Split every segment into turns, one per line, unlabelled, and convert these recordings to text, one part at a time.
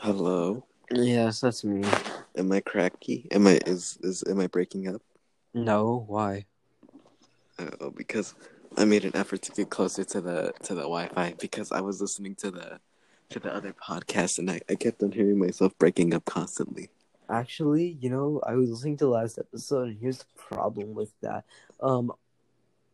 Hello.
Yes, that's me.
Am I cracky? Am I is is am I breaking up?
No, why?
Oh, because I made an effort to get closer to the to the Wi-Fi because I was listening to the to the other podcast and I, I kept on hearing myself breaking up constantly.
Actually, you know, I was listening to the last episode, and here's the problem with that. Um,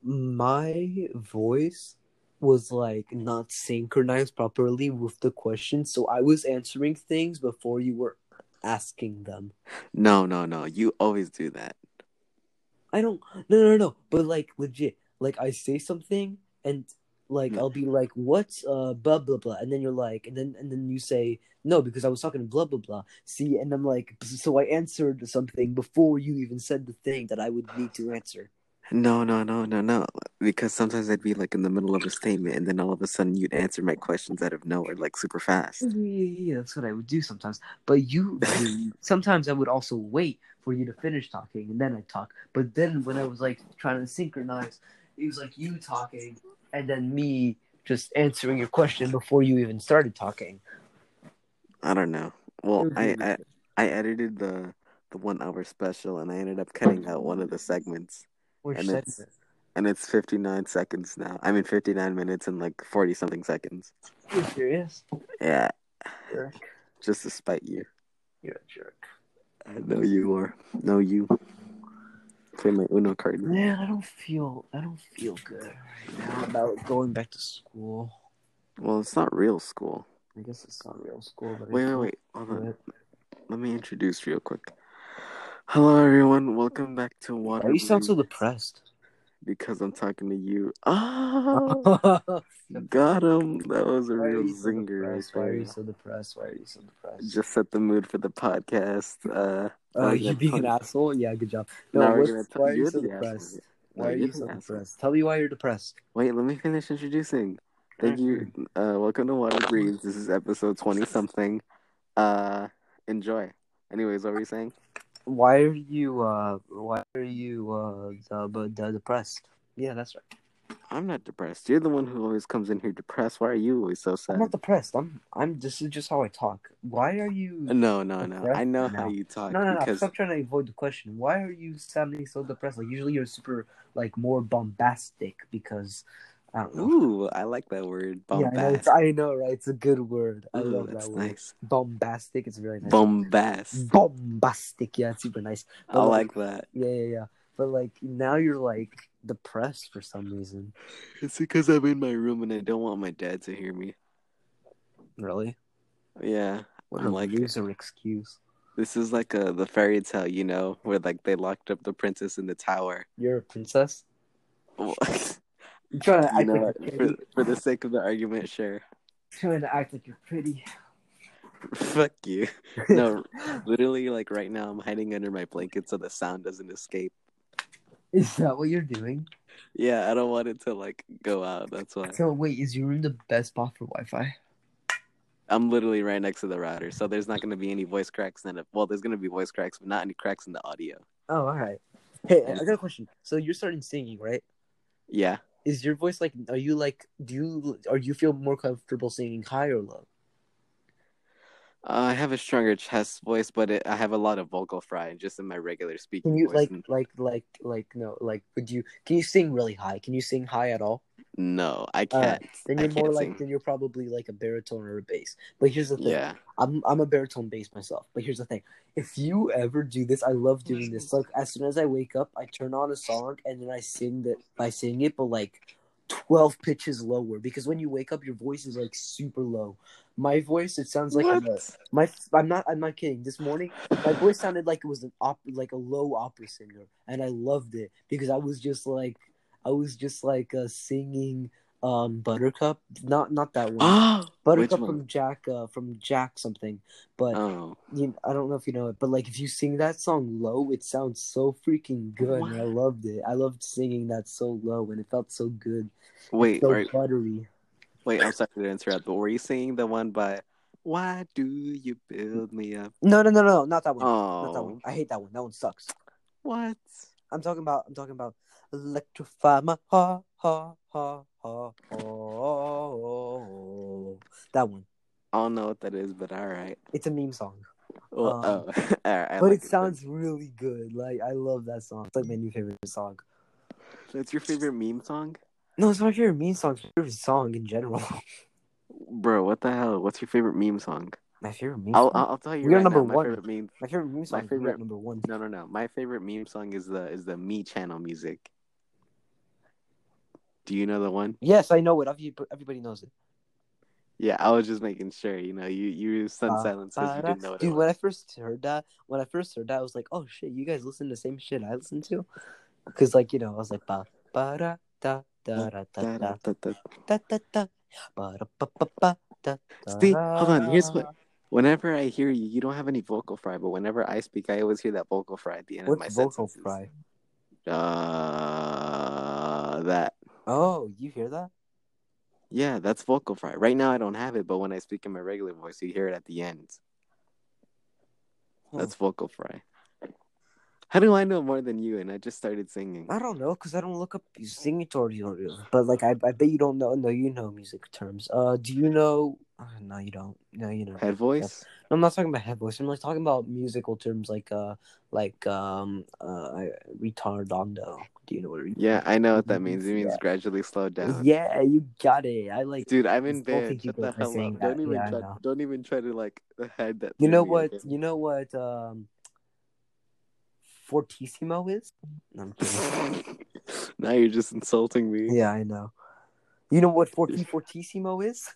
my voice was like not synchronized properly with the question, so I was answering things before you were asking them.
No, no, no. You always do that.
I don't. No, no, no. But like legit, like I say something and like
Mm.
I'll be like, "What's uh blah blah blah," and then you're like, and then and then you say no because I was talking blah blah blah. See, and I'm like, so I answered something before you even said the thing that I would need to answer.
No, no, no, no, no. Because sometimes I'd be like in the middle of a statement and then all of a sudden you'd answer my questions out of nowhere like super fast.
Yeah, yeah, yeah, that's what I would do sometimes. But you, sometimes I would also wait for you to finish talking and then I talk. But then when I was like trying to synchronize, it was like you talking and then me just answering your question before you even started talking.
I don't know. Well, I, I I edited the the one hour special and I ended up cutting out one of the segments
Which
and it's-
segment?
and it's 59 seconds now. I mean 59 minutes and like 40 something seconds.
You're serious?
Yeah,
You're,
just to spite you.
you're a jerk.
I know you are. No you. Play my Uno card.
Man, I don't feel I don't feel good right now about going back to school.
Well, it's not real school.
I guess it's not real school, but I
Wait, wait,
feel
wait. Hold on.
good.
Let me introduce real quick. Hello everyone. Welcome back to Water
Why you sound so
Blue
depressed?
because I'm talking to you. Oh,
Why
got him. That was a
are
real
you so
zinger right
depressed? Why are
there.
you so depressed? Why are you so depressed?
Just set the mood for the podcast. Uh,
Uh,
we're
you
gonna
being an
talk-
asshole? Yeah, good job.
No,
No,
we're
what's-
gonna talk-
why are you
you're
so
the asshole.
depressed?
No,
Why are
you're
you
the
so
asshole.
depressed? Tell me why you're depressed.
Wait, let me finish introducing. Thank you. Uh, welcome to Water Breeze. This is episode twenty something. Uh, enjoy. Anyways, what were you saying?
Why are you uh? Why are you uh? The, but the depressed? Yeah, that's right.
I'm not depressed. You're the one who always comes in here depressed. Why are you always so sad?
I'm not depressed. I'm. I'm. This is just how I talk. Why are you?
No, no, no. I
Depressed?
know how
No.
you talk
No, no, no.
uh, because
Stop trying to avoid the question. Why are you sounding so depressed? Like usually you're super like more bombastic because I don't know.
ooh, I like that word.
Yeah, I know, it's,
Bombast.
I know, right? It's a good word. I
Ooh,
love
that's
that word. Mm,
nice.
Bombastic. It's really nice.
Bombast.
Bombastic. Yeah, it's super nice.
I like that.
Yeah, yeah, yeah. But like now you're like depressed for some reason.
It's because I'm in my room and I don't want my dad to hear me.
Really?
Yeah,
What
I'm
a
like-
loser excuse.
this is like a the fairy tale, you know, where like they locked up the princess in the tower.
You're a princess.
Well,
You're trying to
you
act
know,
like you're
what?
pretty.
for, for the sake of the argument, sure.
trying to act like you're pretty.
Fuck you. No, literally, like right now, I'm hiding under my blanket so the sound doesn't escape.
Is that what you're doing?
Yeah, I don't want it to like go out. That's why
So wait, is your room the best spot for Wi-Fi?
I'm literally right next to the router, so there's not gonna be any voice cracks. In it. Well, there's gonna be voice cracks, but not any cracks in the audio.
Oh, all right. Hey, I
Yeah.
got a question. So you're starting singing, right?
Yeah,
Is your voice like? Are you like? Do you? Are you feel more comfortable singing high or low?
uh, I have a stronger chest voice, but it, I have a lot of vocal fry just in my regular speaking.
Can you
voice.
like like like like no like would you can you sing really high? Can you sing high at all?
No, I
All
can't.
uh, Then
I
you're more
can't
like
sing.
then you're probably like a baritone or a bass. But here's the thing.
Yeah.
I'm I'm a baritone bass myself. But here's the thing. If you ever do this, I love doing this. Like as soon as I wake up, I turn on a song and then I sing that I sing it but like 12 pitches lower because when you wake up your voice is like super low. My voice it sounds like I'm a, my I'm not I'm not kidding. This morning my voice sounded like it was an op like a low opera singer and i loved it because i was just like i was just like uh, singing um buttercup not not that one
Oh,
buttercup from jack uh, from jack something but
Oh,
you i don't know if you know it but like if you sing that song low it sounds so freaking good and i
What?
loved it i loved singing that so low and it felt so good
wait,
so
are-
buttery
wait. I'm sorry to interrupt, but were you singing the one by "Why Do You Build Me Up"?
no no no no not that one not that one
Oh,
i hate that one that one sucks
what?
I'm talking about. I'm talking about electrify my ha ha ha ha ha. Oh, that one.
I don't know what that is, but all right.
It's a meme song,
Well,
Um,
oh, all right. I
but
like
it sounds really good. Like I love that song. It's like my new favorite song.
That's your favorite meme song,
No, it's my favorite meme song. It's my favorite song in general.
bro. What the hell? What's your favorite meme song?
my favorite meme.
I'll
song.
I'll, I'll tell you.
We are
right
number
now, my
one.
favorite meme.
my favorite meme song. is
favorite-
number one.
No, no, no. My favorite meme song is the is the Me Channel music. Do you know the one?
Yes, I know it. Every- Everybody knows it.
Yeah, I was just making sure. You know, you you stunned
Uh,
silence because you didn't know what
Dude,
it
when
was.
I first heard that, when I first heard that, I was like, "Oh shit, you guys listen to the same shit I listen to?" Because like you know, I was like, "Ba ba da da da da da da
Da-da-da-da.
da da da ba da ba ba ba da." da,
See, hold on, here's what-
da."
Whenever I hear you, you don't have any vocal fry, but whenever I speak, I always hear that vocal fry at the end of my
What's vocal
sentences.
fry?
Uh, that.
Oh, you hear that?
Yeah, that's vocal fry. Right now, I don't have it, but when I speak in my regular voice, you hear it at the end.
Huh.
That's vocal fry. How do I know more than you? And I just started singing.
I don't know because I don't look up singing tutorials, but like I, I bet you don't know. No, you know music terms. Uh, do you know? Uh, no, you don't. No, you know.
Head voice?
I'm not talking about head voice. I'm like talking about musical terms like uh like um uh retardando. Do you know what? Retardando?
Yeah, I know what that means. It
Yeah.
means gradually slow down.
Yeah, you got it. I like.
Dude, I'm in
Just don't
bed.
think you
Shut the
go by
hell
saying
up. Don't
that.
even
Yeah, I
try
know.
don't even try to like hide that.
You know
theory
what?
again.
You know what? Um, fortissimo is. No, I'm kidding.
now you're just insulting me.
yeah, I know. You know what forti fortissimo is?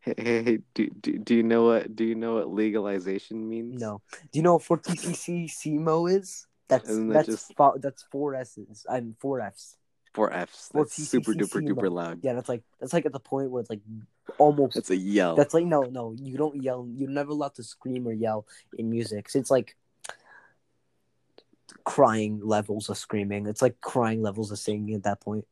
Hey, hey, hey, do, do, do you know what do you know what legalization means?
No. Do you know what fortissimo is? That's
Isn't that
that's
just-
fo- that's four S's. I'm four F's.
Four F's.
Well,
That's super duper
TCCC
duper loud.
Yeah, that's like that's like at the point where it's like almost
That's a yell.
That's like no, no. You don't yell. You're never allowed to scream or yell in music. So it's like crying levels of screaming. It's like crying levels of singing at that point.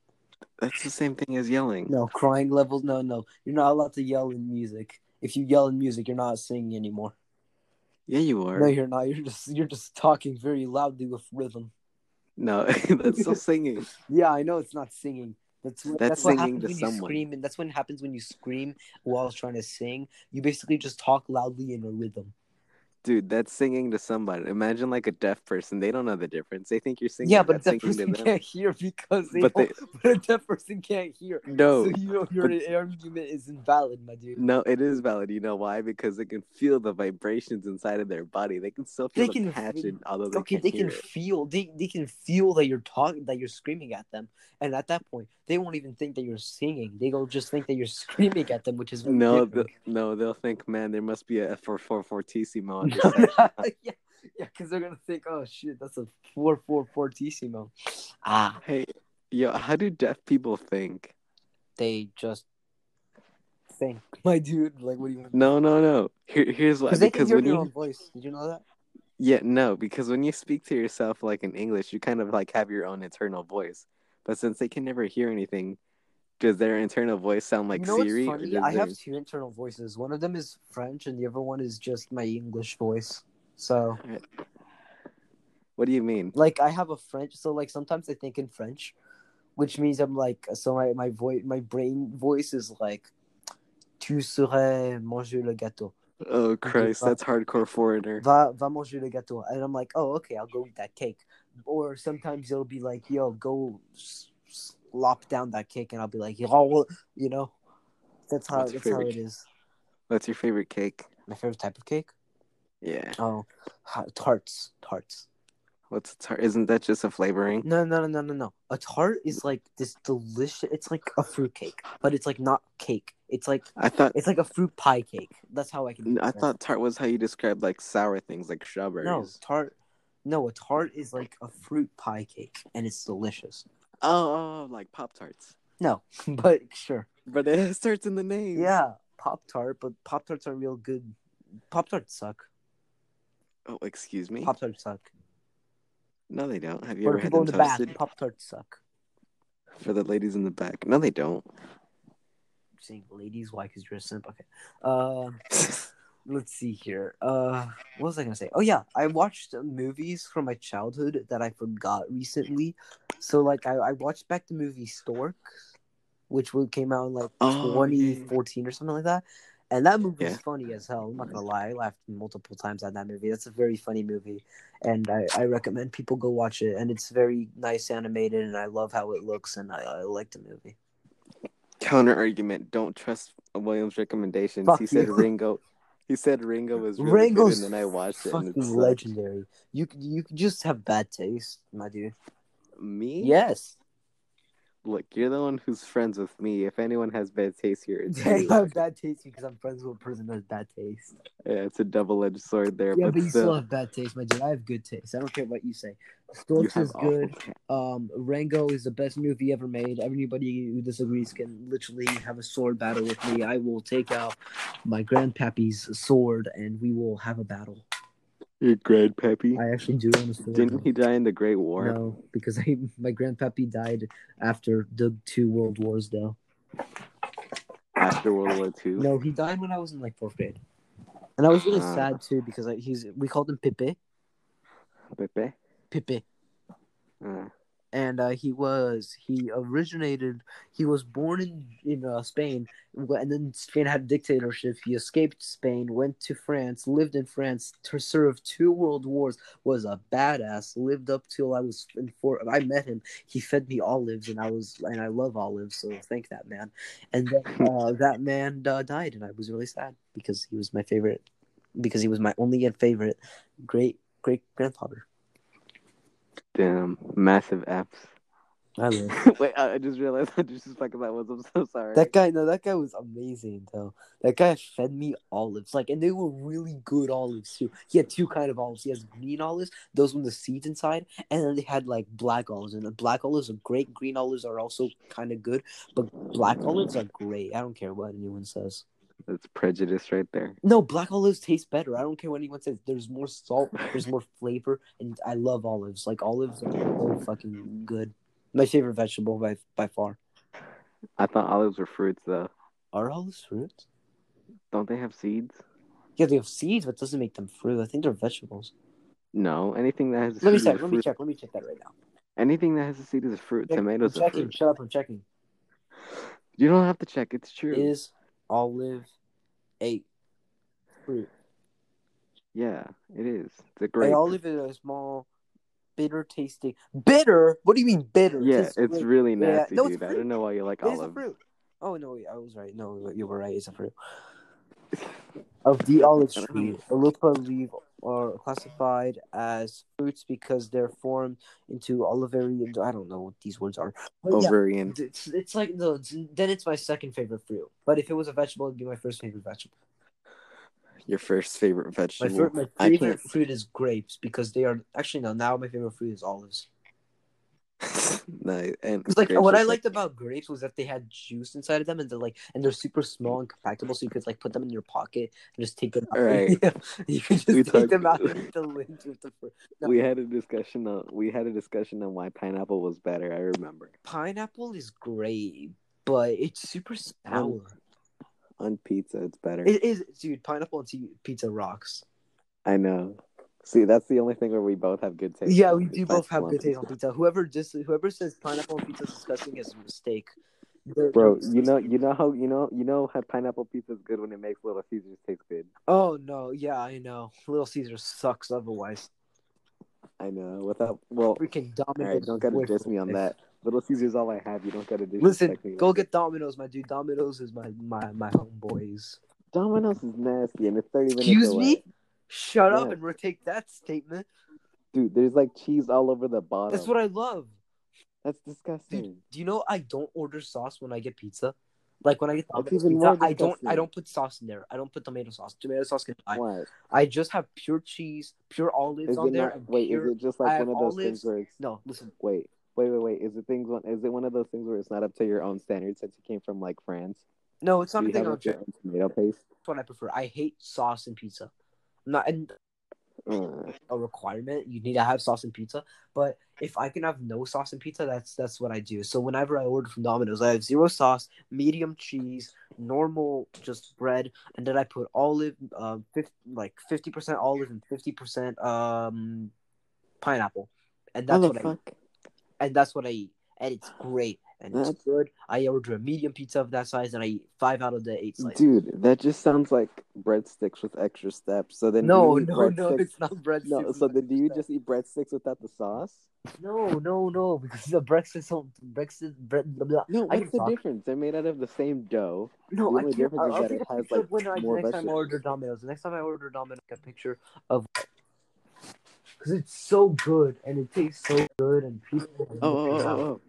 That's the same thing as yelling.
No, crying levels. No, no. You're not allowed to yell in music. If you yell in music, you're not singing anymore.
Yeah, you are.
No, you're not. You're just you're just talking very loudly with rhythm.
No, that's still singing.
Yeah, I know it's not singing. That's what,
That's
that's, what
singing
happens
to
when you
someone.
scream, and that's what happens when you scream while trying to sing. You basically just talk loudly in a rhythm.
Dude, that's singing to somebody. Imagine like a deaf person. They don't know the difference. They think you're singing.
yeah, but a
that's
deaf
singing
person
to them.
can't hear because they
But Oh.
don't, but a deaf person can't hear.
No.
so you know, your argument is invalid, my dude.
No, it is valid. You know why? Because they can feel the vibrations inside of their body. They can still feel
They
the
can
passion, although they
Okay,
can't
they
hear
can
it.
feel they, they can feel that you're talking that you're screaming at them, and at that point they won't even think that you're singing. They will just think that you're screaming at them, which is very
No,
different.
the, no, they'll think, man, there must be a for for fortissimo. on this
No,
section."
yeah, yeah, because they're gonna think, oh shit, that's a four four fortissimo. Ah,
hey, yo, how do deaf people think?
they just think, my dude. Like, what do you want?
No, no, no. Here, here's why.
Because they can
Because
hear
when
their
you
own voice. Did you know that?
yeah, no, because when you speak to yourself like in English, you kind of like have your own internal voice. But since they can never hear anything, does their internal voice sound like
you know what's
Siri? or
funny?
does
I have
theirs-
two internal voices. One of them is French, and the other one is just my English voice. So,
What do you mean?
like, I have a French. So, like, sometimes I think in French, which means I'm like, so my my voice, my brain voice is like, tu serais manger le gâteau.
Oh Christ,
but-
that's hardcore foreigner.
va, va manger le gâteau. And I'm like, oh, okay, I'll go eat that cake. Or sometimes it'll be like, yo, go s- slop down that cake. And I'll be like, yo, you know, that's how,
What's your
that's how
favorite
it is.
What's your favorite cake?
My favorite type of cake?
Yeah.
Oh, ha- tarts. Tarts.
What's a tart? Isn't that just a flavoring?
No, no, no, no, no, no. A tart is like this delicious, it's like a fruit cake, but it's like not cake. It's like,
I thought
it's like a fruit pie cake. That's how I
I
can. describe it.
thought tart was how you describe like sour things, like strawberries.
No, tart. No, a tart is like a fruit pie cake, and it's delicious.
Oh, oh, like pop tarts.
No, but sure.
But it has tarts in the name.
Yeah, Pop Tart, but Pop Tarts are real good. Pop Tarts suck.
Oh, excuse me.
Pop Tarts suck.
No, they don't. Have you
For
ever
the
had
people
them
in the back,
toasted
Pop Tarts suck.
for the ladies in the back? No, they don't.
I'm saying ladies, why? Because you're a simp. Okay. Uh, let's see here. Uh, what was I gonna say? Oh yeah, I watched movies from my childhood that I forgot recently. So like, I, I watched back the movie Stork, which wa- came out in like
Oh, yeah, yeah.
2014 or something like that, And that movie is
Yeah.
funny as hell. I'm not gonna lie, I laughed multiple times at that movie. That's a very funny movie, and I, I recommend people go watch it. And it's very nice animated, and I love how it looks, and I, I like the movie.
Counter argument: Don't trust Williams' recommendations.
Fuck
he said
you.
Ringo. He said Ringo was really
Rango's
good, and then I watched it. And
fucking
it's
legendary. You you just have bad taste, my dude.
Me?
Yes,
Look, you're the one who's friends with me. If anyone has bad taste here, it's
I
you.
have bad taste because I'm friends with a person that has bad taste.
Yeah, it's a double-edged sword there.
Yeah,
but,
but you
still,
still have bad taste, my dude. I have good taste. I don't care what you say.
you
Scorch
have
is
awful
good.
taste.
Um, Rango is the best movie ever made. Everybody who disagrees can literally have a sword battle with me. I will take out my grandpappy's sword and we will have a battle.
Your grandpappy.
I actually do own a sword.
Didn't he die in the Great War?
No, because I, my grandpappy died after the two world wars, though.
After World War Two.
No, he died when I was in like fourth grade. And I was really
Ah.
sad too because like, he's we called him Pipe.
Pepe.
Pipe.
Uh,
and uh, he was he originated he was born in in uh, Spain wh- and then Spain had a dictatorship he escaped Spain went to France lived in France to serve two world wars was a badass lived up till I was in four I met him he fed me olives and I was and I love olives so thank that man and then uh, that man uh, died and I was really sad because he was my favorite because he was my only and favorite great great grandfather
damn, massive apps.
I love
Wait, I, I just realized I just fucking that was. I'm so sorry.
That guy, no, that guy was amazing though. That guy fed me olives, like, and they were really good olives too. He had two kind of olives. He has green olives, those with the seeds inside, and then they had like black olives. And the black olives are great. Green olives are also kind of good, but black olives are great. I don't care what anyone says.
That's prejudice right there.
No, black olives taste better. I don't care what anyone says. There's more salt. There's more flavor, and I love olives. Like olives are so fucking good. My favorite vegetable by by far.
I thought olives were fruits though.
Are olives fruits?
Don't they have seeds?
Yeah, they have seeds, but doesn't make them fruit. I think they're vegetables.
No, anything that has a
Let
seed
me
is
check.
a
Let me
fruit.
check. Let me check that right now.
Anything that has a seed is a fruit.
Check-
Tomatoes
I'm
are
checking.
fruit.
Shut up. I'm checking.
You don't have to check. It's true.
Is olive a fruit?
Yeah, it is. It's a
An
grape.
olive is a small, bitter tasting. Bitter? What do you mean bitter?
yeah,
tastes
it's
great.
really
Yeah,
nasty,
no, it's
dude. I
fruit.
don't know why you like
It is a
olives.
fruit. Oh no, wait, I was right. No, you were right. It's a fruit. Of the olive
I don't
tree, Olapa leaves are classified as fruits because they're formed into olivary. I don't know what these words are.
Oh,
But yeah,
Ovarian.
It's, it's like no. It's, then it's my second favorite fruit. But if it was a vegetable, it'd be my first favorite vegetable.
Your first favorite
My,
vegetable.
fir- my
I
favorite
can't.
fruit is grapes because they are actually no. Now my favorite fruit is olives.
no, and
'Cause, like
grapes
what
are
I
fruit.
liked about grapes was that they had juice inside of them, and they're like and they're super small and compactable, so you could like put them in your pocket and just take them out.
Right.
Yeah. you could just
We
take
talked-
them out and eat the lids with the fruit. No,
We had a discussion on we had a discussion on why pineapple was better. I remember
pineapple is great, but it's super
Oh.
sour.
on pizza, it's better.
It is, dude. Pineapple and tea- pizza rocks.
I know. See, that's the only thing where we both have good taste.
Yeah, we
It's
do both have
pineapple
good
on
taste on pizza. Whoever dis- whoever says pineapple on pizza is disgusting is a mistake. They're-
Bro, you know, you know how you know you know how pineapple pizza is good when it makes Little Caesars taste good.
Oh no, yeah, I know. Little Caesar sucks otherwise.
I know. Without well,
Freaking
all
Domino's.
right, don't gotta
is
diss me on
worthless.
that. Little Caesars, all I have. You don't gotta diss.
Listen, go get Domino's, my dude. Domino's is my my my homeboys.
Domino's is nasty, and it's thirty minutes.
Excuse
away.
me. Shut up
Yeah.
and retake that statement.
dude. There's like cheese all over the bottom.
That's what I love.
That's disgusting.
Do you know I don't order sauce when I get pizza? Like when I get Domino's
even more
pizza, I don't I
disgusting.
don't put sauce in there. I don't put tomato sauce. Tomato sauce can die.
Why?
I just have pure cheese, pure olives
Is
on
it
there.
not?
and
Wait,
pure...
is it just
I
like
have
one of those
olives.
things where it's
No, listen.
wait, wait, wait, wait? Is it things? One, is it one of those things where it's not up to your own standards since you came from like France?
No, it's
Do
not a
you
thing.
have
I'm
like, your own tomato paste?
That's what I prefer. I hate sauce in pizza. I'm not and
Uh,
a requirement. You need to have sauce in pizza. But if I can have no sauce in pizza, that's that's what I do. So whenever I order from Domino's, I have zero sauce, medium cheese, normal just bread, and then I put olive, um, 50, like fifty percent olive and fifty percent um pineapple, and that's what I
motherfuck.
and that's what I eat, and it's great. and it's
That's-
good. I order a medium pizza of that size, and I eat five out of the eight slices.
Dude, that just sounds like breadsticks with extra steps. So then
no,
do you eat
no, no,
breadsticks-
it's not breadsticks.
no. So then do you just eat breadsticks without the sauce?
no, no, no, because the breadsticks don't breadsticks bread. Blah, blah.
No, what's
I can
the
talk.
difference? They're made out of the same dough. The
No, I
only
can't.
difference
I'll,
is
I'll
that
take
it
a
has,
picture
like,
of when I,
more
next time I
vegetables.
order Domino's. The next time I order Domino's, a picture of because it's so good and it tastes so good and people. are
Oh, oh,
looking
oh,
out.
oh, oh.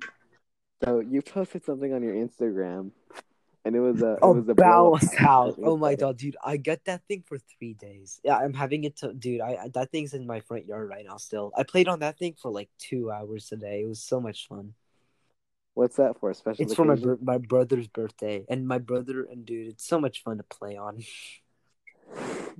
So you posted something on your Instagram, and it was a it was a blowout.
bounce Oh, house.
It was
Oh my
better.
god, dude! I got that thing for three days. Yeah, I'm having it. To, dude, I I- that thing's in my front yard right now. Still, I played on that thing for like two hours today. It was so much fun.
What's that for? Special.
It's for my
occasion?
bir- my brother's birthday, and my brother and dude, it's so much fun to play on.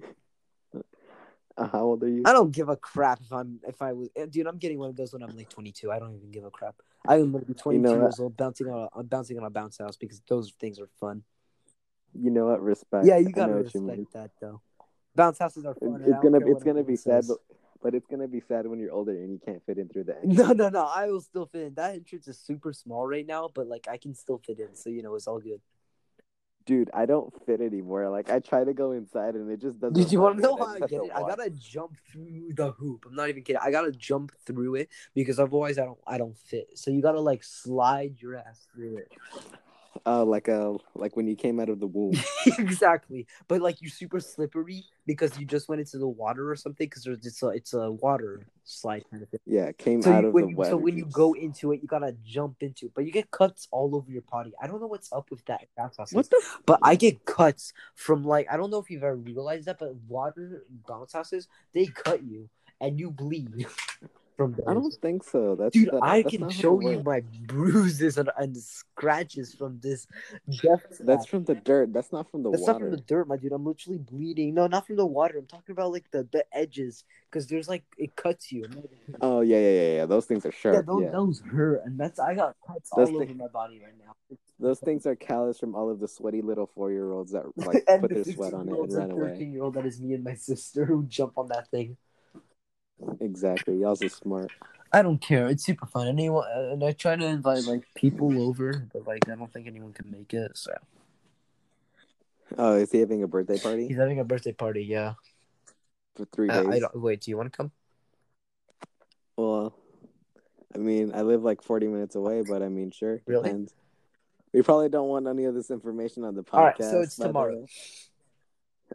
Uh, how old are you?
I don't give a crap if I'm if I was eh, dude. I'm getting one of those when I'm like 22. I don't even give a crap. I'm gonna be 22
know,
years old, bouncing on a, bouncing on a bounce house because those things are fun.
You know what? Respect.
yeah,
I
you
know
gotta
what you mean.
respect that though. Bounce houses are fun.
It-
and I
It's
don't
gonna
care
it's
what
gonna
anyone
be sad,
says.
but, but it's gonna be sad when you're older and you can't fit in through the entrance.
No, no, no. I will still fit in. That entrance is super small right now, but like I can still fit in, so you know it's all good.
Dude, I don't fit anymore. Like I try to go inside and it just doesn't.
Did you want
work,
to know
and
how I
just
get
have
it?
to
I
walk.
gotta jump through the hoop. I'm not even kidding. I gotta jump through it because otherwise I don't I don't fit. So you gotta like slide your ass through it.
Oh, like a like when you came out of the womb.
exactly. But like you're super slippery because you just went into the water or something because there's it's a it's a water slide kind of thing.
yeah, came
So
out
you,
of
when
the
you,
web.
so when you go into it, you gotta jump into it, but you get cuts all over your body. I don't know what's up with that. That's awesome.
what the?
But I get cuts from like I don't know if you've ever realized that, but water bounce houses they cut you and you bleed from
I
those.
don't think so. That's
Dude,
that-
I
that's
can
not how
show
it
you
works.
my bruises and, and scratches from this. Death
That's from the dirt. That's not from the
that's not
water.
from the dirt, my dude. I'm literally bleeding. No, not from the water. I'm talking about like the the edges because there's like it cuts you.
Oh yeah, yeah, yeah, yeah. Those things are sharp.
Yeah,
Yeah,
those, those hurt, and that's I got cuts
Those
all
thi-
over my body right now.
Those things are callous from all of the sweaty little four-year-olds that like
and
put
the
their sweat on it and
15-year-olds
run
and
away.
Thirteen-year-old that is me and my sister who jump on that thing.
Exactly. Y'all's are smart.
I don't care. It's super fun. Anyone uh, and I try to invite like people over, but like I don't think anyone can make it. So
Oh, is he having a birthday party
he's having a birthday party. Yeah.
for three
Uh,
days?
I don't wait. Do you want to come?
Well, I mean, I live like 40 minutes away, but I mean, sure.
Really?
Depends. We probably don't want any of this information on the podcast.
All right, so it's
by the
tomorrow.
way.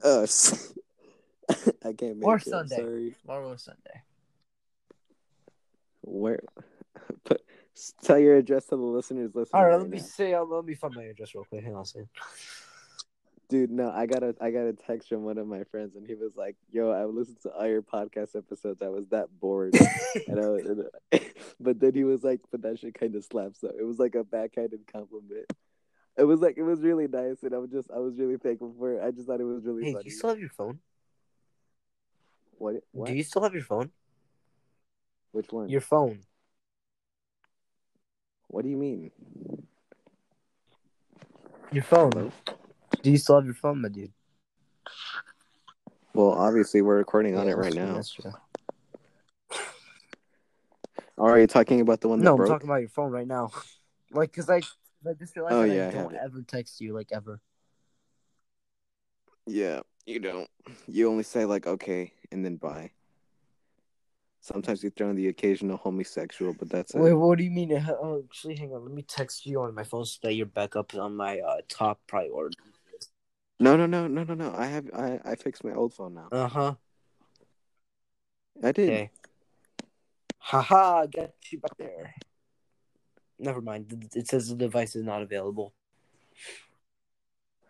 Oh, s- I can't make
Or
it.
Sunday.
Sorry.
Tomorrow is Sunday.
Where? Put, s- tell your address to the listeners. Listening
All right.
right
Let me
now.
say. Uh, let me find my address real quick. Hang on a second.
Dude, no, I got a I got a text from one of my friends, and he was like, "Yo, I listened to all your podcast episodes. I was that bored." and I, was- and I- but then he was like, "But that shit kind of slaps." So it was like a backhanded compliment. It was like it was really nice, and I was just I was really thankful for it. I just thought it was really
Hey, do
funny.
you still have your phone?
what? what?
Do you still have your phone?
Which one?
Your phone.
What do you mean?
Your phone.
Hello?
Do you still have your phone, my dude?
Well, obviously we're recording on
Yeah,
it right
that's true,
now.
that's true.
Oh, Are you talking about the one that
No,
broke?
I'm talking about your phone right now. Like, cause I, I just realized
Oh,
that
yeah, I
I
have
don't
it.
ever text you like ever.
Yeah, you don't. You only say like okay and then bye. Sometimes you throw in the occasional homosexual, but that's
Wait,
it.
what do you mean? Oh, actually, hang on. Let me text you on my phone so that you're back up on my uh, top priority.
No, no, no, no, no, no. I have I I fixed my old phone now.
Uh huh.
I did.
Okay. Haha, got you back there. Never mind. It says the device is not available.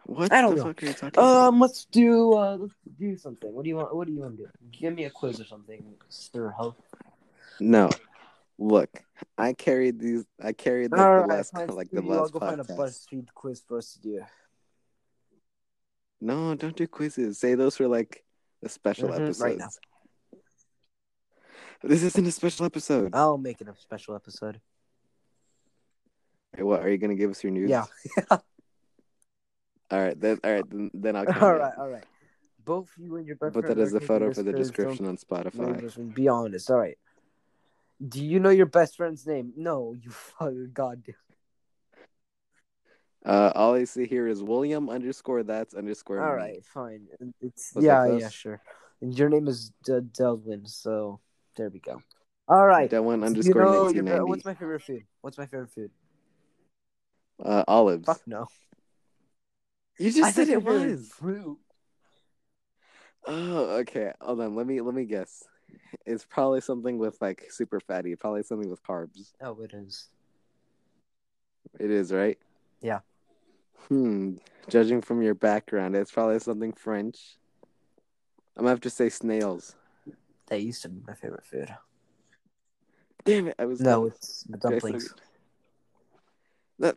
What
I don't
the
know.
fuck are you talking about?
Um, let's do uh, let's do something. What do you want? What do you want to do? Give me a quiz or something, Sir Hope.
No. Look, I carried these. I carried like,
All
the
right,
last,
fine,
like
screw
the
you. I'll
last
go find a
podcast.
BuzzFeed quiz for us to do.
No, don't do quizzes. Say those were like a special
Mhm,
episodes.
right now.
This isn't a special episode.
I'll make it a special episode.
Hey, what are you gonna give us your news?
Yeah.
All right. Then, all right. Then, then I'll.
all
count it.
right, all right. Both you and your best
Put
friend
that as
are
a photo
taking
for the
this quiz.
description on
Don't
Spotify.
listen, Be honest. All right. Do you know your best friend's name? No, you fucking goddamn.
Uh, all I see here is William underscore that's underscore.
All
me.
right, fine. It's
Was
yeah,
that close?
yeah, sure. And your name is D- Delwyn, so there we go. All right.
Delwyn
You
underscore
know your- uh,
nineteen ninety.
what's my favorite food? What's my favorite food?
Uh, olives.
Fuck no.
You just
I
said
thought
it
your favorite
was.
fruit.
Oh, okay. Hold on. Let me let me guess. It's probably something with like super fatty. Probably something with carbs.
Oh, it is.
It is right.
Yeah.
Hmm. Judging from your background, it's probably something French. I'm gonna have to say snails.
That used to be my favorite food.
Damn it! I was
No,
close.
it's
Okay, so
dumplings.
that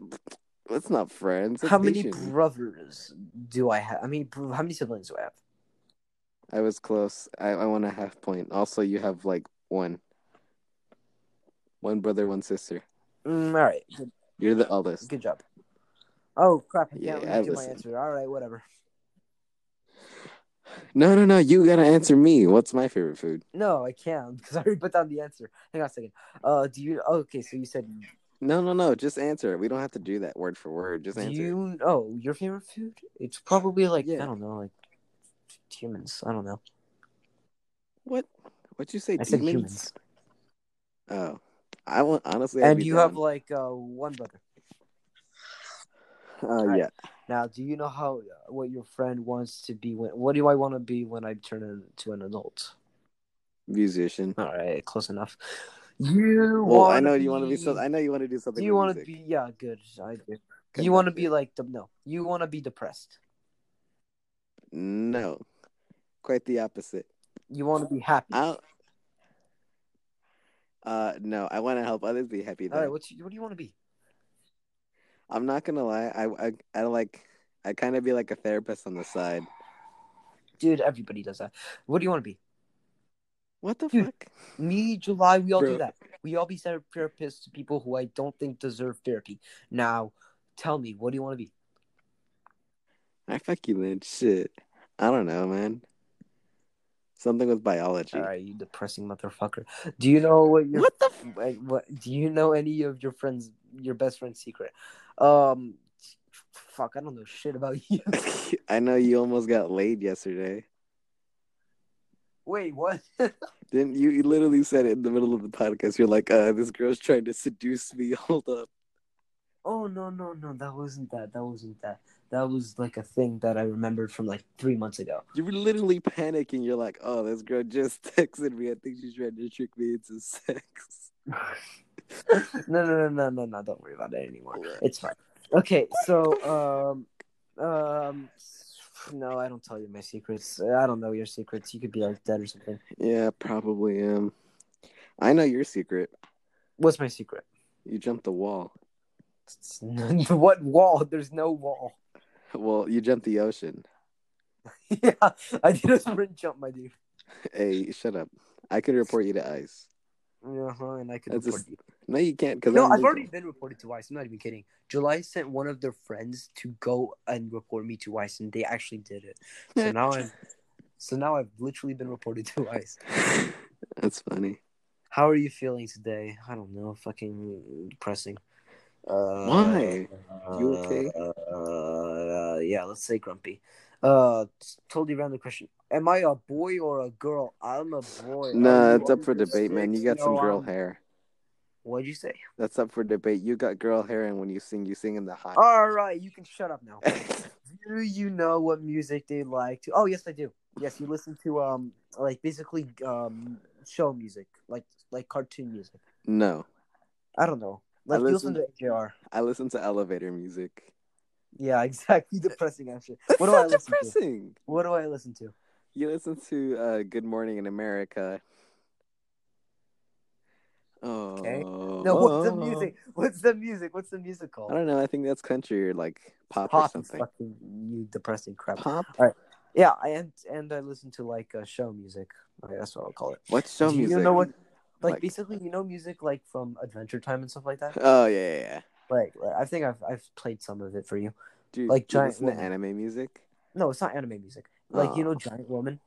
that's not friends. That's
how many
Haitian.
brothers do I have? I mean, bro- how many siblings do I have?
I was close. I, I want a half point. Also, you have like one. One brother, one sister.
Mm, all right, good,
You're the eldest.
good job. Oh crap! I can't
Yeah, I
redo my
listen.
answer. All right, whatever.
No, no, no. You gotta answer me. What's my favorite food?
No, I can't because I already put down the answer. Hang on a second. Uh, do you? Okay, so you said
No, no, no. Just answer it. We don't have to do that word for word. Just
do
answer. it.
you? Oh, your favorite food? It's probably like
Yeah.
I don't know, like humans. I don't know.
What? What'd you say?
I said
demons?
humans.
Oh, I want honestly. I'd
And
be
you
down.
have like uh, one brother.
Uh,
Alright.
yeah.
Now, do you know how uh, what your friend wants to be when? What do I want to be when I turn into an adult?
Musician.
All right, close enough. You
Well, I
wanna
know you want to be. So, I know you want to do
Do
something.
you
with
want to
music.
be? Yeah, good. I do. Do
Come
you
back
want to
to
be
it.
like the no? You want to be depressed.
No, quite the opposite.
You want to be happy.
I. Uh, no. I want to help others be happy. Though.
All right, what what do you want to be?
I'm not gonna lie. I I, I like I kind of be like a therapist on the side.
Dude, everybody does that. What do you want to be?
What the
Dude.
fuck?
Me, July, we all
Bro.
do that. We all be therapists to people who I don't think deserve therapy. Now, tell me, what do you want to be?
I fuck you, Lynch. Shit. I don't know, man. Something with biology.
All right, you depressing motherfucker. Do you know what your
What the? F-
Wait, what do you know any of your friends your best friend's secret um fuck i don't know shit about you
I know you almost got laid yesterday.
wait what
Didn't you? You literally said it in the middle of the podcast. You're like, uh, this girl's trying to seduce me. Hold up.
oh no no no that wasn't that that wasn't that that was like a thing that i remembered from like three months ago
You were literally panicking. You're like, oh, this girl just texted me. I think she's trying to trick me into sex.
no no no no no no don't worry about it anymore
What?
it's fine okay so um um no i don't tell you my secrets i don't know your secrets you could be like dead or something
Yeah, probably am. I know your secret.
what's my secret
You jumped the wall.
what wall there's no wall
Well, you jumped the ocean.
yeah, I did a sprint jump, my dude.
Hey, shut up. I could report you to ICE.
Uh-huh, and I could
That's
report
just-
you.
No, you can't. Cause
No,
I'm
I've
legal.
already been reported to Weiss. I'm not even kidding. July sent one of their friends to go and report me to Weiss, and they actually did it. So now I'm, so now I've literally been reported to Weiss.
That's funny.
How are you feeling today? I don't know. Fucking depressing. Uh,
Why? You okay?
Uh, yeah, let's say grumpy. Uh, totally random question. Am I a boy or a girl? I'm a boy.
Nah,
I'm
it's up for
under
debate, man. You
six.
got some
No,
girl
I'm-
hair.
What'd you say?
That's up for debate. You got girl hair, and when you sing, you sing in the hot.
All right, you can shut up now. Do you know what music they like? To oh yes, I do. Yes, you listen to um like basically um show music, like like cartoon music.
no,
I don't know. Like you
listen-
listen to AJR.
I listen to elevator music.
Yeah, exactly. Depressing answer.
That's
What do
so
I listen to?
depressing.
What do I listen to?
You listen to uh, "Good Morning in America." Oh
No, what's the music? What's the music? What's the music called?
I don't know. I think that's country or like pop, or
Pop is
something.
fucking you depressing crap.
Pop.
Yeah, I and and I listen to like uh, show music. Okay, that's what I'll call it.
What's show
Do
music?
you know what? Like,
Like-
basically, you know music like from Adventure Time and stuff like that.
Oh yeah, yeah, yeah.
Like, like, I think I've I've played some of it for you.
Dude,
Like
you
Giant
listen to
Woman.
anime music.
No, it's not anime music. Like you
Oh.
know Giant Woman.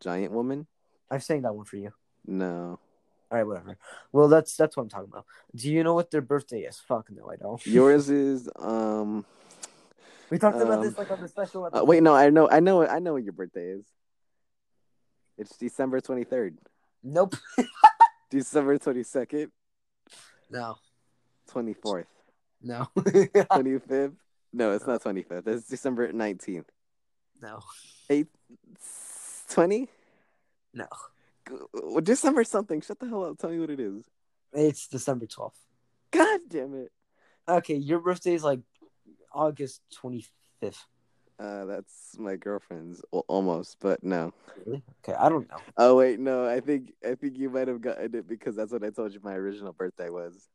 Giant Woman?
I've sang that one for you.
No.
All right, whatever. Well, that's that's what I'm talking about. Do you know what their birthday is? Fuck no, I don't.
Yours is um
We talked about
Um,
this like on the special.
Uh, wait, no, I know, I know, I know what your birthday is. It's December twenty third,
Nope.
December twenty second,
No.
twenty fourth,
No. Ah.
twenty fifth. No, it's not twenty fifth. It's December nineteenth,
no.
twenty. uh,
No.
December something. Shut the hell up. Tell me what it is.
It's December 12th.
God damn it.
Okay, your birthday is like August 25th.
Uh, that's my girlfriend's. Well, almost, but no.
Really? Okay, I don't know.
Oh wait, no. I think I think you might have gotten it because that's what I told you my original birthday was.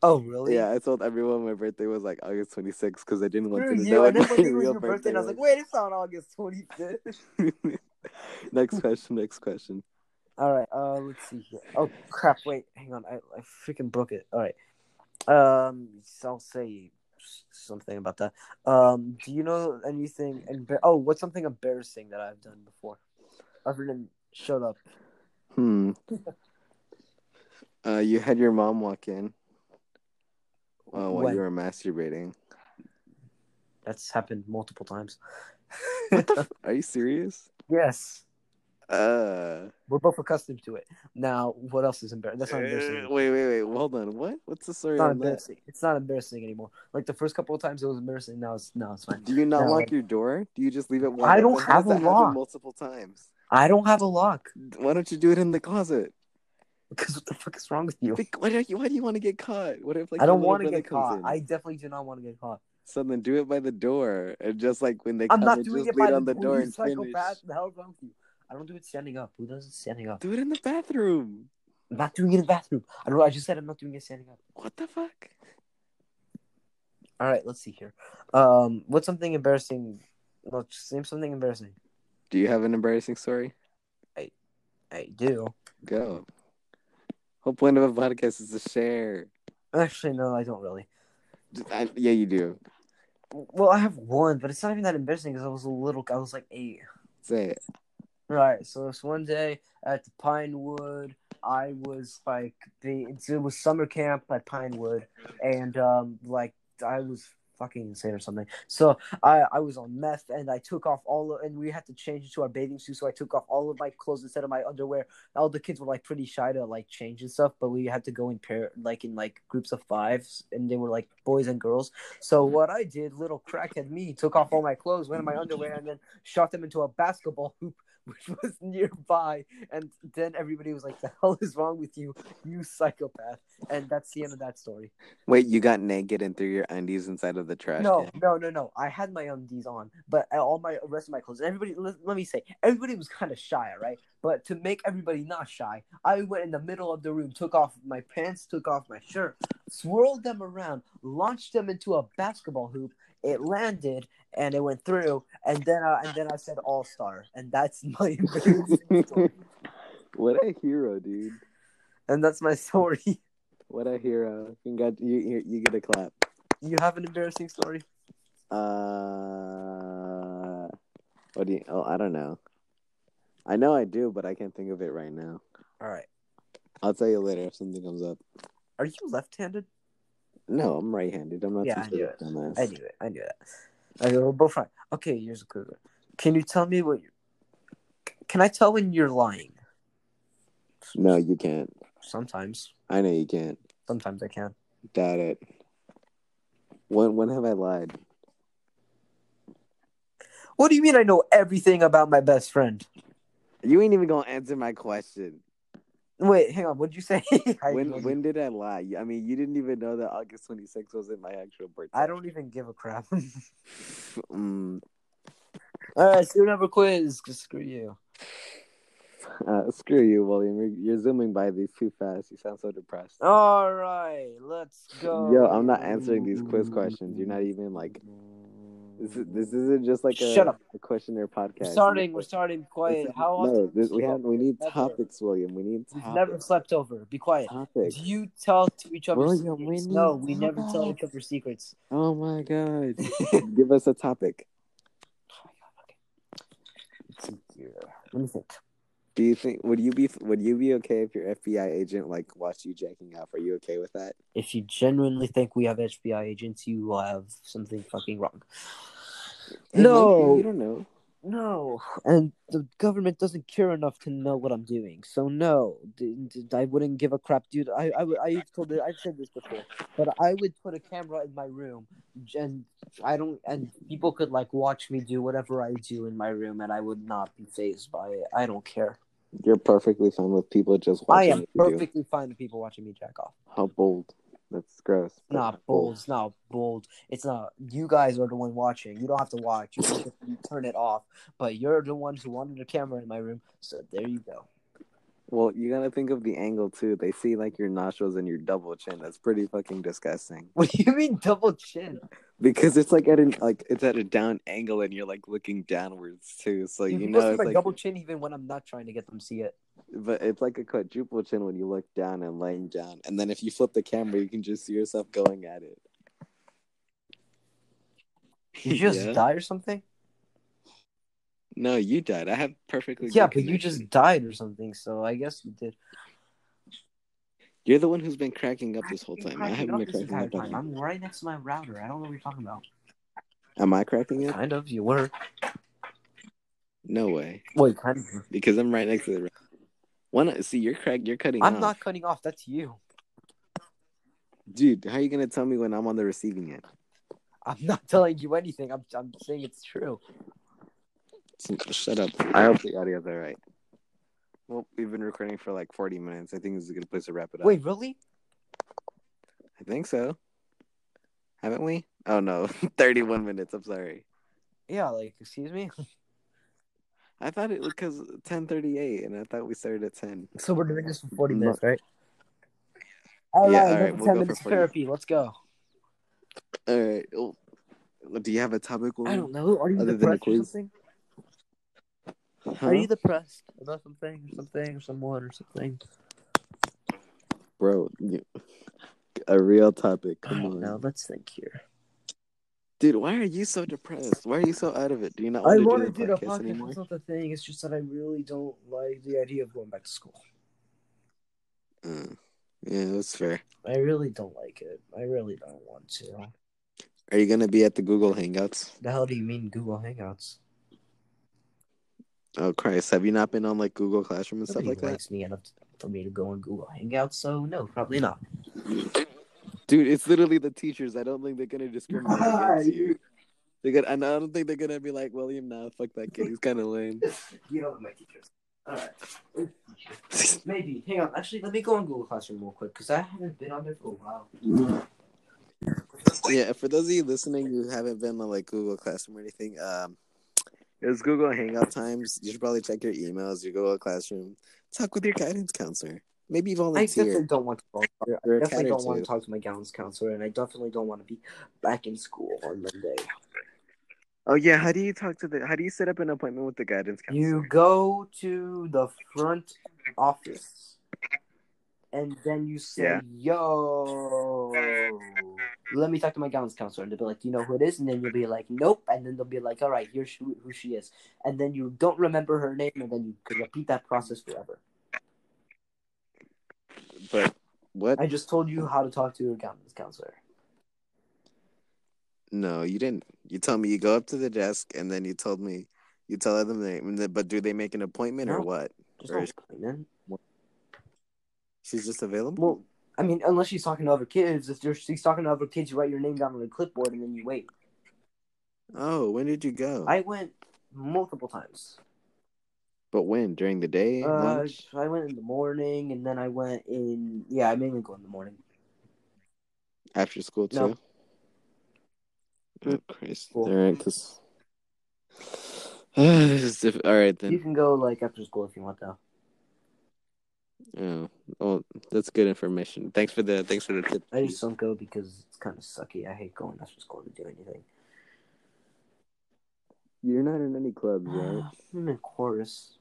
Oh, really?
Yeah, I told everyone my birthday was like August 26th because I didn't want
Screw
them to
you.
know
And then
what
when
my
it was
real
your birthday, and I was like, wait, it's on August 25th.
next question. Next question.
All right, uh, let's see here. Oh, crap, wait, hang on. I, I freaking broke it. All right. Um, so I'll say s- something about that. Um, do you know anything? Embar- oh, what's something embarrassing that I've done before? Other than shut up.
Hmm. Uh, you had your mom walk in uh, while
When?
you were masturbating.
That's happened multiple times.
What the? F- are you serious?
Yes.
Uh.
We're both accustomed to it. Now, what else is embarrassing? That's not embarrassing.
Uh, wait, wait, wait. Well, hold on. What? What's the story
It's
on
not
that?
embarrassing. It's not embarrassing anymore. Like the first couple of times it was embarrassing. Now it's no, it's fine.
Do you not
No.
lock your door? Do you just leave it wide
I don't
open? How does
have a
that happen
lock.
multiple times.
I don't have a lock
Why don't you do it in the closet?
because what the fuck is wrong with you?
Like, why, do you, why do you want to get caught? What if like
I
your
don't
little
want to
brother
get
comes
caught.
in?
I definitely do not want to get caught.
So then do it by the door, and just like when they come,
I'm not
in,
doing
just
it
lean
by
on the
who
door
you
and finish.
psychopath. The hell is wrong with you? I don't do it standing up. Who does it standing up?
Do it in the bathroom.
I'm not doing it in the bathroom. I know. I just said I'm not doing it standing up.
What the fuck?
All right, let's see here. Um, what's something embarrassing? Well, just name something embarrassing.
Do you have an embarrassing story?
I do.
Go. Whole point of a podcast is to share.
Actually, no, I don't really.
Just- I- yeah, you do.
Well, I have one, but it's not even that embarrassing because I was a little. I was like eight.
Say it.
Right. So it's one day at the Pinewood. I was like, the, it's- it was summer camp at Pinewood, and um, like I was fucking insane or something. So I I was on meth, and I took off all, of, and we had to change into our bathing suits. So I took off all of my clothes instead of my underwear. All the kids were like pretty shy to like change and stuff, but we had to go in pair, like in like groups of fives, and they were like boys and girls. So what I did, little crackhead me, took off all my clothes, went in my underwear, and then shot them into a basketball hoop which was nearby. And then everybody was like, "The hell is wrong with you, you psychopath?" And that's the end of that story.
Wait, you got naked and threw your undies inside of the trash
No,
can.
no, no, no. I had my undies on, but all my rest of my clothes. Everybody, let, let me say, everybody was kind of shy, all right? But to make everybody not shy, I went in the middle of the room, took off my pants, took off my shirt, swirled them around, launched them into a basketball hoop. It landed and it went through, and then I, and then I said all star, and that's my embarrassing story.
What a hero, dude.
and that's my story.
What a hero. Congrat- you, you, you get a clap.
You have an embarrassing story?
Uh, what do you? Oh, I don't know. I know I do, but I can't think of it right now.
All right.
I'll tell you later if something comes up.
Are you left-handed?
No, I'm right-handed. I'm not
Yeah, I
too
knew
sure
it.
on this.
I knew it. I knew that. I we're both right. Okay, here's a good one. Can you tell me what you? Can I tell when you're lying?
No, you can't.
Sometimes.
I know you can't.
Sometimes I can.
Doubt it. When when have I lied?
What do you mean? I know everything about my best friend.
You ain't even gonna answer my question.
Wait, hang on. What'd you say? I,
When when did I lie? I mean, you didn't even know that August 26th wasn't my actual birthday.
I don't even give a crap. All
Mm,
right, so never quiz. 'cause screw you.
uh, screw you, William. You're, you're zooming by these too fast. You sound so depressed.
All right, let's go.
Yo, I'm not answering these quiz questions. You're not even like this. Is, this isn't just like a,
Shut up.
a questionnaire podcast.
We're starting. We're starting.
This
Quiet.
is-
How often?
no,
do you
this, we
sleep
have.
over?
We need
Never.
topics, William. We need
We've
topics.
never slept over. Be quiet.
topics.
Do you tell to each other
William, we
secrets?
need
No, we never
topics.
tell each other secrets.
Oh my god! Give us a topic.
Let's see here. Let me think.
Do you think would you be would you be okay if your FBI agent like watched you jacking off? Are you okay with that?
If you genuinely think we have FBI agents, you have something fucking wrong.
It might be,
No.
you don't know.
No, and the government doesn't care enough to know what I'm doing. So no, d- d- I wouldn't give a crap, dude. I I would- I've told it, I've said this before, but I would put a camera in my room, and I don't, and people could like watch me do whatever I do in my room, and I would not be phased by it. I don't care.
You're perfectly fine with people just
I
watching
am
you.
perfectly fine with people watching me jack off.
How bold? That's gross.
It's not bold. It's not bold. It's not. You guys are the one watching. You don't have to watch. You can just turn it off. But you're the ones who wanted a camera in my room. So there you go.
Well, you gotta think of the angle too. They see like your nostrils and your double chin. That's pretty fucking disgusting.
What do you mean double chin?
Because it's like at an like it's at a down angle and you're like looking downwards too. So
Dude,
you
people
know
see
it's
my
like
double chin even when I'm not trying to get them to see it.
but it's like a quadruple chin when you look down and laying down. And then if you flip the camera you can just see yourself going at it.
You just
Yeah.
die or something?
No, you died. I have perfectly
Yeah,
good
but you
connection.
just died or something, so I guess you did.
You're the one who's been cracking up this whole time. I haven't been cracking
This entire
up on
time. I'm right next to my router. I don't know what you're talking about.
you. Am I cracking up?
Kind of, you were.
No way.
Wait, kind of.
Because I'm right next to the one see you're crack you're cutting
I'm
off.
not cutting off. That's you.
Dude, how you gonna tell me when I'm on the receiving end?
I'm not telling you anything. I'm, I'm saying it's true.
S- Shut up. I hope the audio's all right. Well, we've been recording for like 40 minutes. I think this is a good place to wrap it up.
Wait, really?
I think so. Haven't we? Oh no, 31 minutes. I'm sorry.
Yeah, like, excuse me?
I thought it because 10:38, and I thought we started at 10.
So we're doing this for 40
No.
minutes, right? All
Yeah,
right,
all
go
right,
for
we'll go
10
for
minutes
40.
therapy. Let's go.
All right. Oh, do you have a topic?
I
William?
don't know. Are you
Other than the
depressed or
quiz?
something?
Huh?
Are you depressed about something or something or someone or something?
bro? You... A real topic.
I
Come
don't
on,
know. Oh, Let's think here.
dude. Why are you so depressed? Why are you so out of it? Do you not
I
want
want to
to do the podcast anymore?
That's not the thing. It's just that I really don't like the idea of going back to school.
Uh, yeah, that's fair.
I really don't like it. I really don't want to.
Are you gonna be at the Google Hangouts?
The hell do you mean Google Hangouts?
Oh Christ, have you not been on like Google Classroom and stuff
Nobody
like that?
likes me enough for me to go on Google Hangouts, so no, probably not.
Dude, it's literally the teachers. I don't think they're gonna discriminate against you. They gonna, and I don't think they're gonna be like William. Nah, fuck that kid. He's kind of lame.
You know my teachers. All right. Maybe. Hang on. Actually, let me go on Google Classroom real quick because I haven't been on there for a while.
yeah, for those of you listening who haven't been on like Google Classroom or anything, um, it was Google Hangout times. You should probably check your emails, your Google Classroom, talk with your guidance counselor, maybe
I
volunteer.
definitely don't want to volunteer.
You're a
I definitely
cat or
don't want
two.
to talk to my guidance counselor, and I definitely don't want to be back in school on Monday.
Oh yeah, how do you talk to the? How do you set up an appointment with the guidance counselor?
You go to the front office, and then you say,
Yeah.
"Yo, let me talk to my guidance counselor." And they'll be like, "You know who it is?" And then you'll be like, "Nope." And then they'll be like, "All right, here's who, who she is." And then you don't remember her name, and then you could repeat that process forever.
But what?
I just told you how to talk to your guidance counselor.
No, you didn't. You told me you go up to the desk and then you told me you tell them they and then- but do they make an appointment or
No.
what?
There's no
Right.
appointment.
She's just available?
Well, I mean, unless she's talking to other kids. If there's- she's talking to other kids, you write your name down on a clipboard and then you wait.
Oh, when did you go?
I went multiple times.
But when? During the day?
Uh,
lunch?
I went in the morning and then I went in. Yeah, I mainly go in the morning.
After school too?
no.
Oh Christ.
Cool.
All right, cause this is diff- all right
You
then.
can go like after school if you want though.
Oh, well, that's good information. Thanks for the thanks for the tip.
I just don't go because it's kind of sucky. I hate going after school to do anything.
You're not in any clubs, right?
I'm in chorus.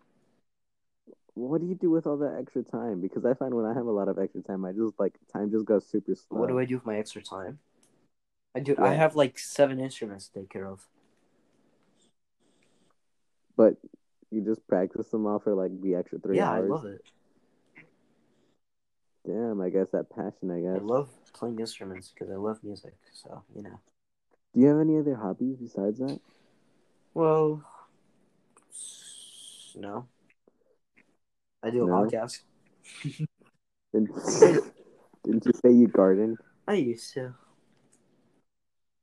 what do you do with all that extra time? Because I find when I have a lot of extra time, I just like time just goes super slow.
What do I do with my extra time? I do.
Yeah.
I have like seven instruments to take care of.
but you just practice them all for like the extra three
yeah,
hours.
I love it.
Damn, I guess that passion. I
I
guess.
love playing instruments because I love music. So you know.
Do you have any other hobbies besides that?
Well, s- no. I do a
No?
podcast.
Didn't, didn't you say you garden?
I used to.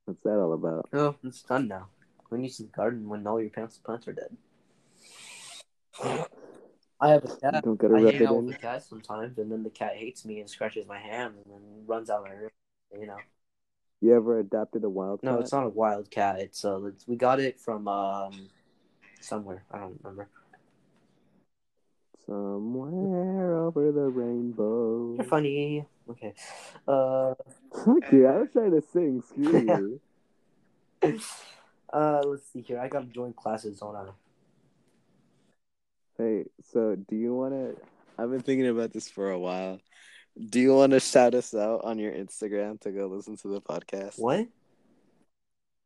What's that all about?
Oh, it's done now. When you see the garden when all your plants plants are dead. I have a cat.
Don't gotta
I
rub it
hang out with
in.
the cat sometimes, and then the cat hates me and scratches my hand, and then runs out of my room. You know.
You ever adopted a wild
No,
cat?
it's not a wild cat. It's uh, it's, we got it from um, somewhere. I don't remember.
Somewhere over the rainbow.
You're funny. Okay. Uh,
Fuck you! I was trying to sing. Screw you.
uh, let's see here. I gotta join classes, uh, don't I?
Hey, so do you want to? I've been thinking about this for a while. Do you want to shout us out on your Instagram to go listen to the podcast?
What?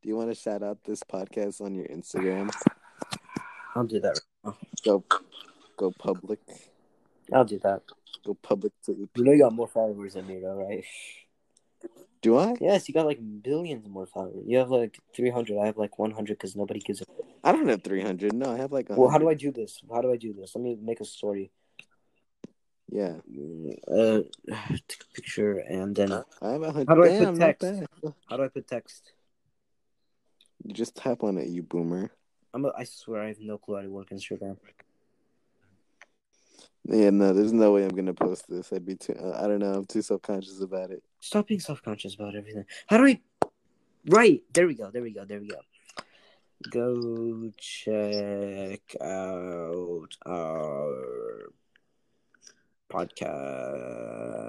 Do you want to shout out this podcast on your Instagram?
I'll do that.
Go, go public.
I'll do that.
Go public to.
You know you got more followers than me, though, right?
Do I?
Yes, you got like billions more followers. You have like 300. I have like 100 because nobody gives a.
I don't have three hundred. No, I have like.
Well, how do
100.
I do this? How do I do this? Let me make a story.
Yeah,
Uh, take a picture and then. Uh,
I have a hundred.
How do I put
Damn, not
text?
bad.
how do I put text?
You just tap on it, you boomer.
I'm a, I swear I have no clue how to work Instagram.
Yeah, no, there's no way I'm gonna post this. I'd be too. I don't know. I'm too self conscious about it.
Stop being self conscious about everything. How do I? Right there we go. There we go. There we go. Go check out our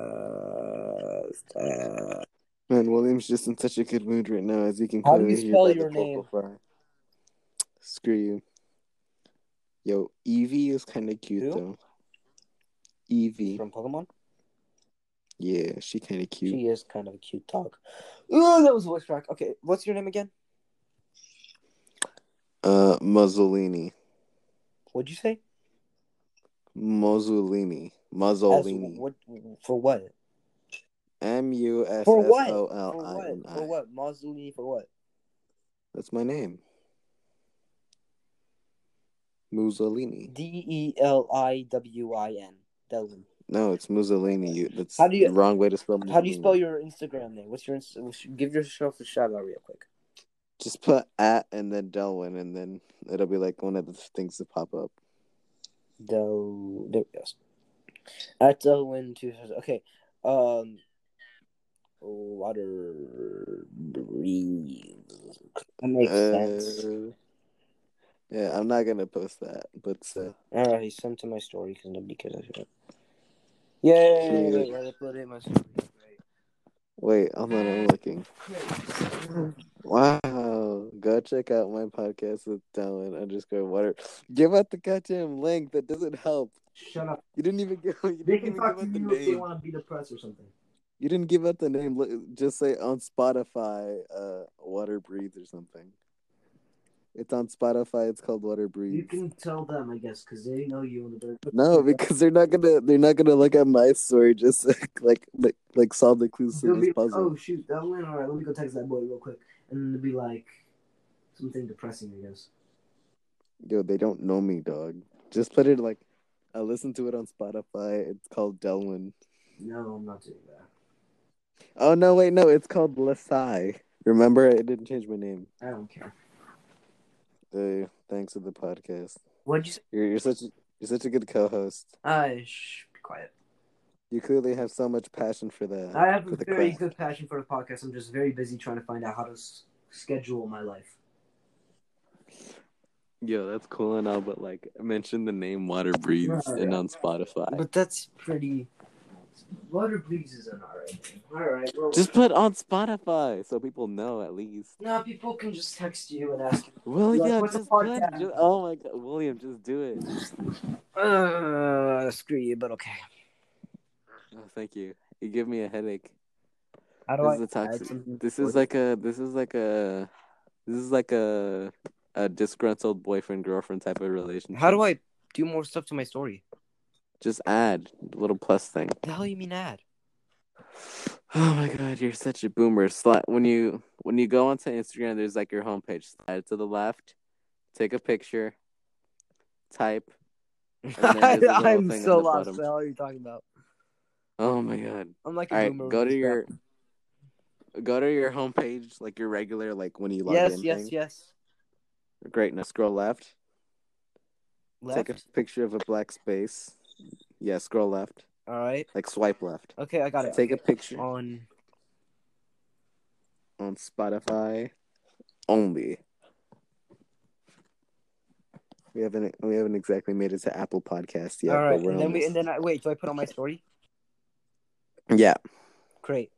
podcast. Uh,
Man, William's just in such a good mood right now, as you can
How do
clearly
you
hear
spell
by the
your
vocal
name?
fry. Screw you. Yo, Eevee is kind of cute
Who?
though. Eevee,
from Pokemon.
yeah, she kind of cute.
She is kind of a cute dog. Ooh, that was a voice crack. Okay, what's your name again?
Uh, Mussolini,
What'd you say?
Mussolini,
As
Mussolini.
what for what?
M U S S
For what?
O
For
L I N
what? For
I.
what? Mazzolini for what?
That's my name. Mussolini.
D E L I W I N. Delwin.
No, it's Mussolini. You. That's
How do you-
the wrong way to spell. Mussolini.
How do you spell your Instagram name? What's your Inst- what's- give yourself a shout out real quick?
Just put at and then Delwin, and then it'll be like one of the things that pop up.
Del there it goes. At Delwin two. Okay. Um. Water breathe. That makes sense.
Uh, yeah, I'm not gonna post that, but uh,
All right, Oh, he sent to my story because nobody cares. I should. Yay!
Sweet.
I uploaded my story.
wait, I'm not. I'm looking.
Great.
Wow, go check out my podcast with Delwin underscore Water. Give out the goddamn link. That doesn't help.
Shut up.
You didn't even give. You
They
didn't even
can
give
talk to
out the
you if they
name.
want to be depressed or something.
You didn't give out the name. Look- Just say on Spotify, uh, Water Breathe or something. It's on Spotify. It's called Water
You
Breathe.
can tell them, I guess, because they know you and the
No, because they're not gonna they're not gonna look at my story just like like like solve the clues to
They'll
this
be like,
puzzle.
oh shoot, that went. All right, let me go text that boy real quick, and it'll be like something depressing, I guess.
Yo, they don't know me, dog. Just put it like I listened to it on Spotify. It's called Delwin.
No, I'm not doing that.
Oh no, wait, no, it's called Lasai. Remember, I didn't change my name.
I don't care.
Uh, thanks for the podcast.
What'd you say?
You're you're such you're such a good co-host.
I Uh, shh, be quiet.
You clearly have so much passion for the
I have
Uh, for
a
the
very
craft.
good passion for the podcast. I'm just very busy trying to find out how to s- schedule my life.
Yo, that's cool and all, but like mention the name Water Breathes and on Spotify.
But that's pretty. Water Breeze is an alright. name. Alright, well.
Just put on Spotify so people know at least.
No, people can just text you and ask.
William,
what's a
just put it.
podcast?
Ju- oh my god, William, just do it.
Uh, screw you, but okay.
Oh, thank you. You give me a headache.
How do
This is
I?
a toxic.
add something
This
to
is
it?
like a. This is like a. This is like a. a disgruntled boyfriend girlfriend type of relationship.
How do I do more stuff to my story?
just add a little plus thing?
The hell you mean add?
Oh my god, you're such a boomer. Slide when you when you go onto Instagram, there's like your homepage. Slide to the left, take a picture, type. then there's a little
I'm
thing on
so
the
lost.
bottom.
What the hell are you talking about?
Oh my god.
I'm like a
All right,
boomer.
go
with
to
this
your
crap.
go to your homepage, like your regular, like when you log
yes,
in.
yes,
thing.
yes.
Great. Now scroll left,
Left.
Take a picture of a black space. Yeah, scroll left,
All right.
like swipe left.
Okay, I got it.
Take a picture
on.
on Spotify only. We haven't we haven't exactly made it to Apple Podcast yet.
All right,
but we're
and then we and
almost-
then I wait. Do I put on my story?
yeah,
Great.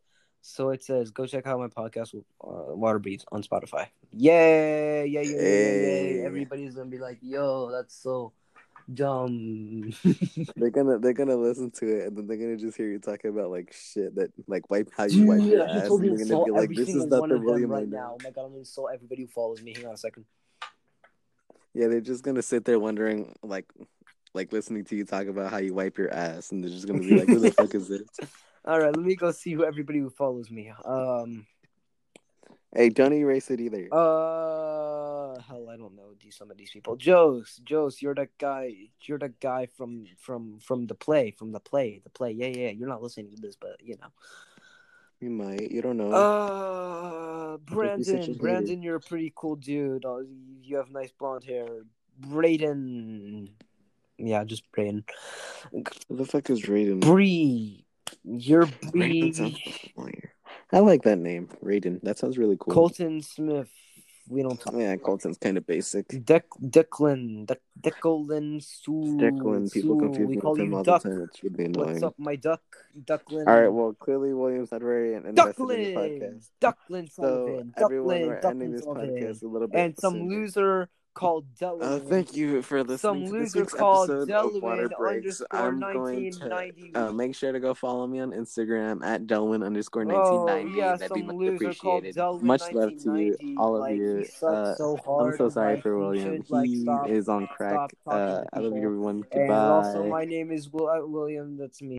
So it says, go check out my podcast, uh, Water Beats, on Spotify. Yay! Yay! Yay! Yay! yay.
Hey.
Everybody's gonna be like, "Yo, that's so dumb."
they're gonna they're gonna listen to it and then they're gonna just hear you talking about like shit that like wipe how you
Dude,
wipe your
I
ass.
told
And
you
you're
to
gonna
insult
be
every
like, this is
single
not
one
the
of them
William
right
I know.
now. Oh my god, I'm gonna insult everybody who follows me. Hang on a second.
Yeah, they're just gonna sit there wondering, like, like listening to you talk about how you wipe your ass, and they're just gonna be like, "Who the fuck is this?"
All right, let me go see who everybody who follows me. Um,
Hey, don't erase it either.
uh, hell, I don't know these some of these people. Joe's, Joe's, you're the guy, you're the guy from from from the play, from the play, the play. Yeah, yeah, you're not listening to this, but you know.
You might, you don't know.
Uh,
you're such a
Brandon,
hater.
Brandon, you're a pretty cool dude. Oh, you have nice blonde hair. Brayden, yeah, just Brayden.
Who the fuck is Raiden?
Bree, you're
Raiden
Bree.
sounds familiar. I like that name, Raiden. That sounds really cool.
Colton Smith. We don't talk.
Yeah, Colton's kind of basic.
Dec- Declan, De- Declan Sue.
Declan, people
Sue.
confuse
we
me
call
with him
you
all
Duck.
the time. It's really annoying.
What's up, my duck? Declan.
All right, well, clearly William's not very invested in the
Ducklin,
podcast.
Ducklin
So
Sullivan,
everyone,
Ducklin,
we're ending
Ducklin
this
Sullivan,
podcast a little bit.
and some
sooner.
loser called
Uh,
Delaware.
thank you for listening
Some
to this
loser
week's
called
episode of Water
Delawin
Breaks.
underscore
I'm going
nineteen
to
ninety.
uh, make sure to go follow me on Instagram at Delwin underscore
Oh
1990.
yeah,
That'd be
some
much
loser called
appreciated.
Delawin
Much love to you,
1990.
all of
like,
you.
He sucks
Uh,
so hard.
I'm so sorry
like,
for
he
William.
should, like,
he
stop.
is on crack.
stop talking
Uh,
to
I love you,
people.
everyone.
And
Goodbye.
also, my name is Will uh, William. That's me.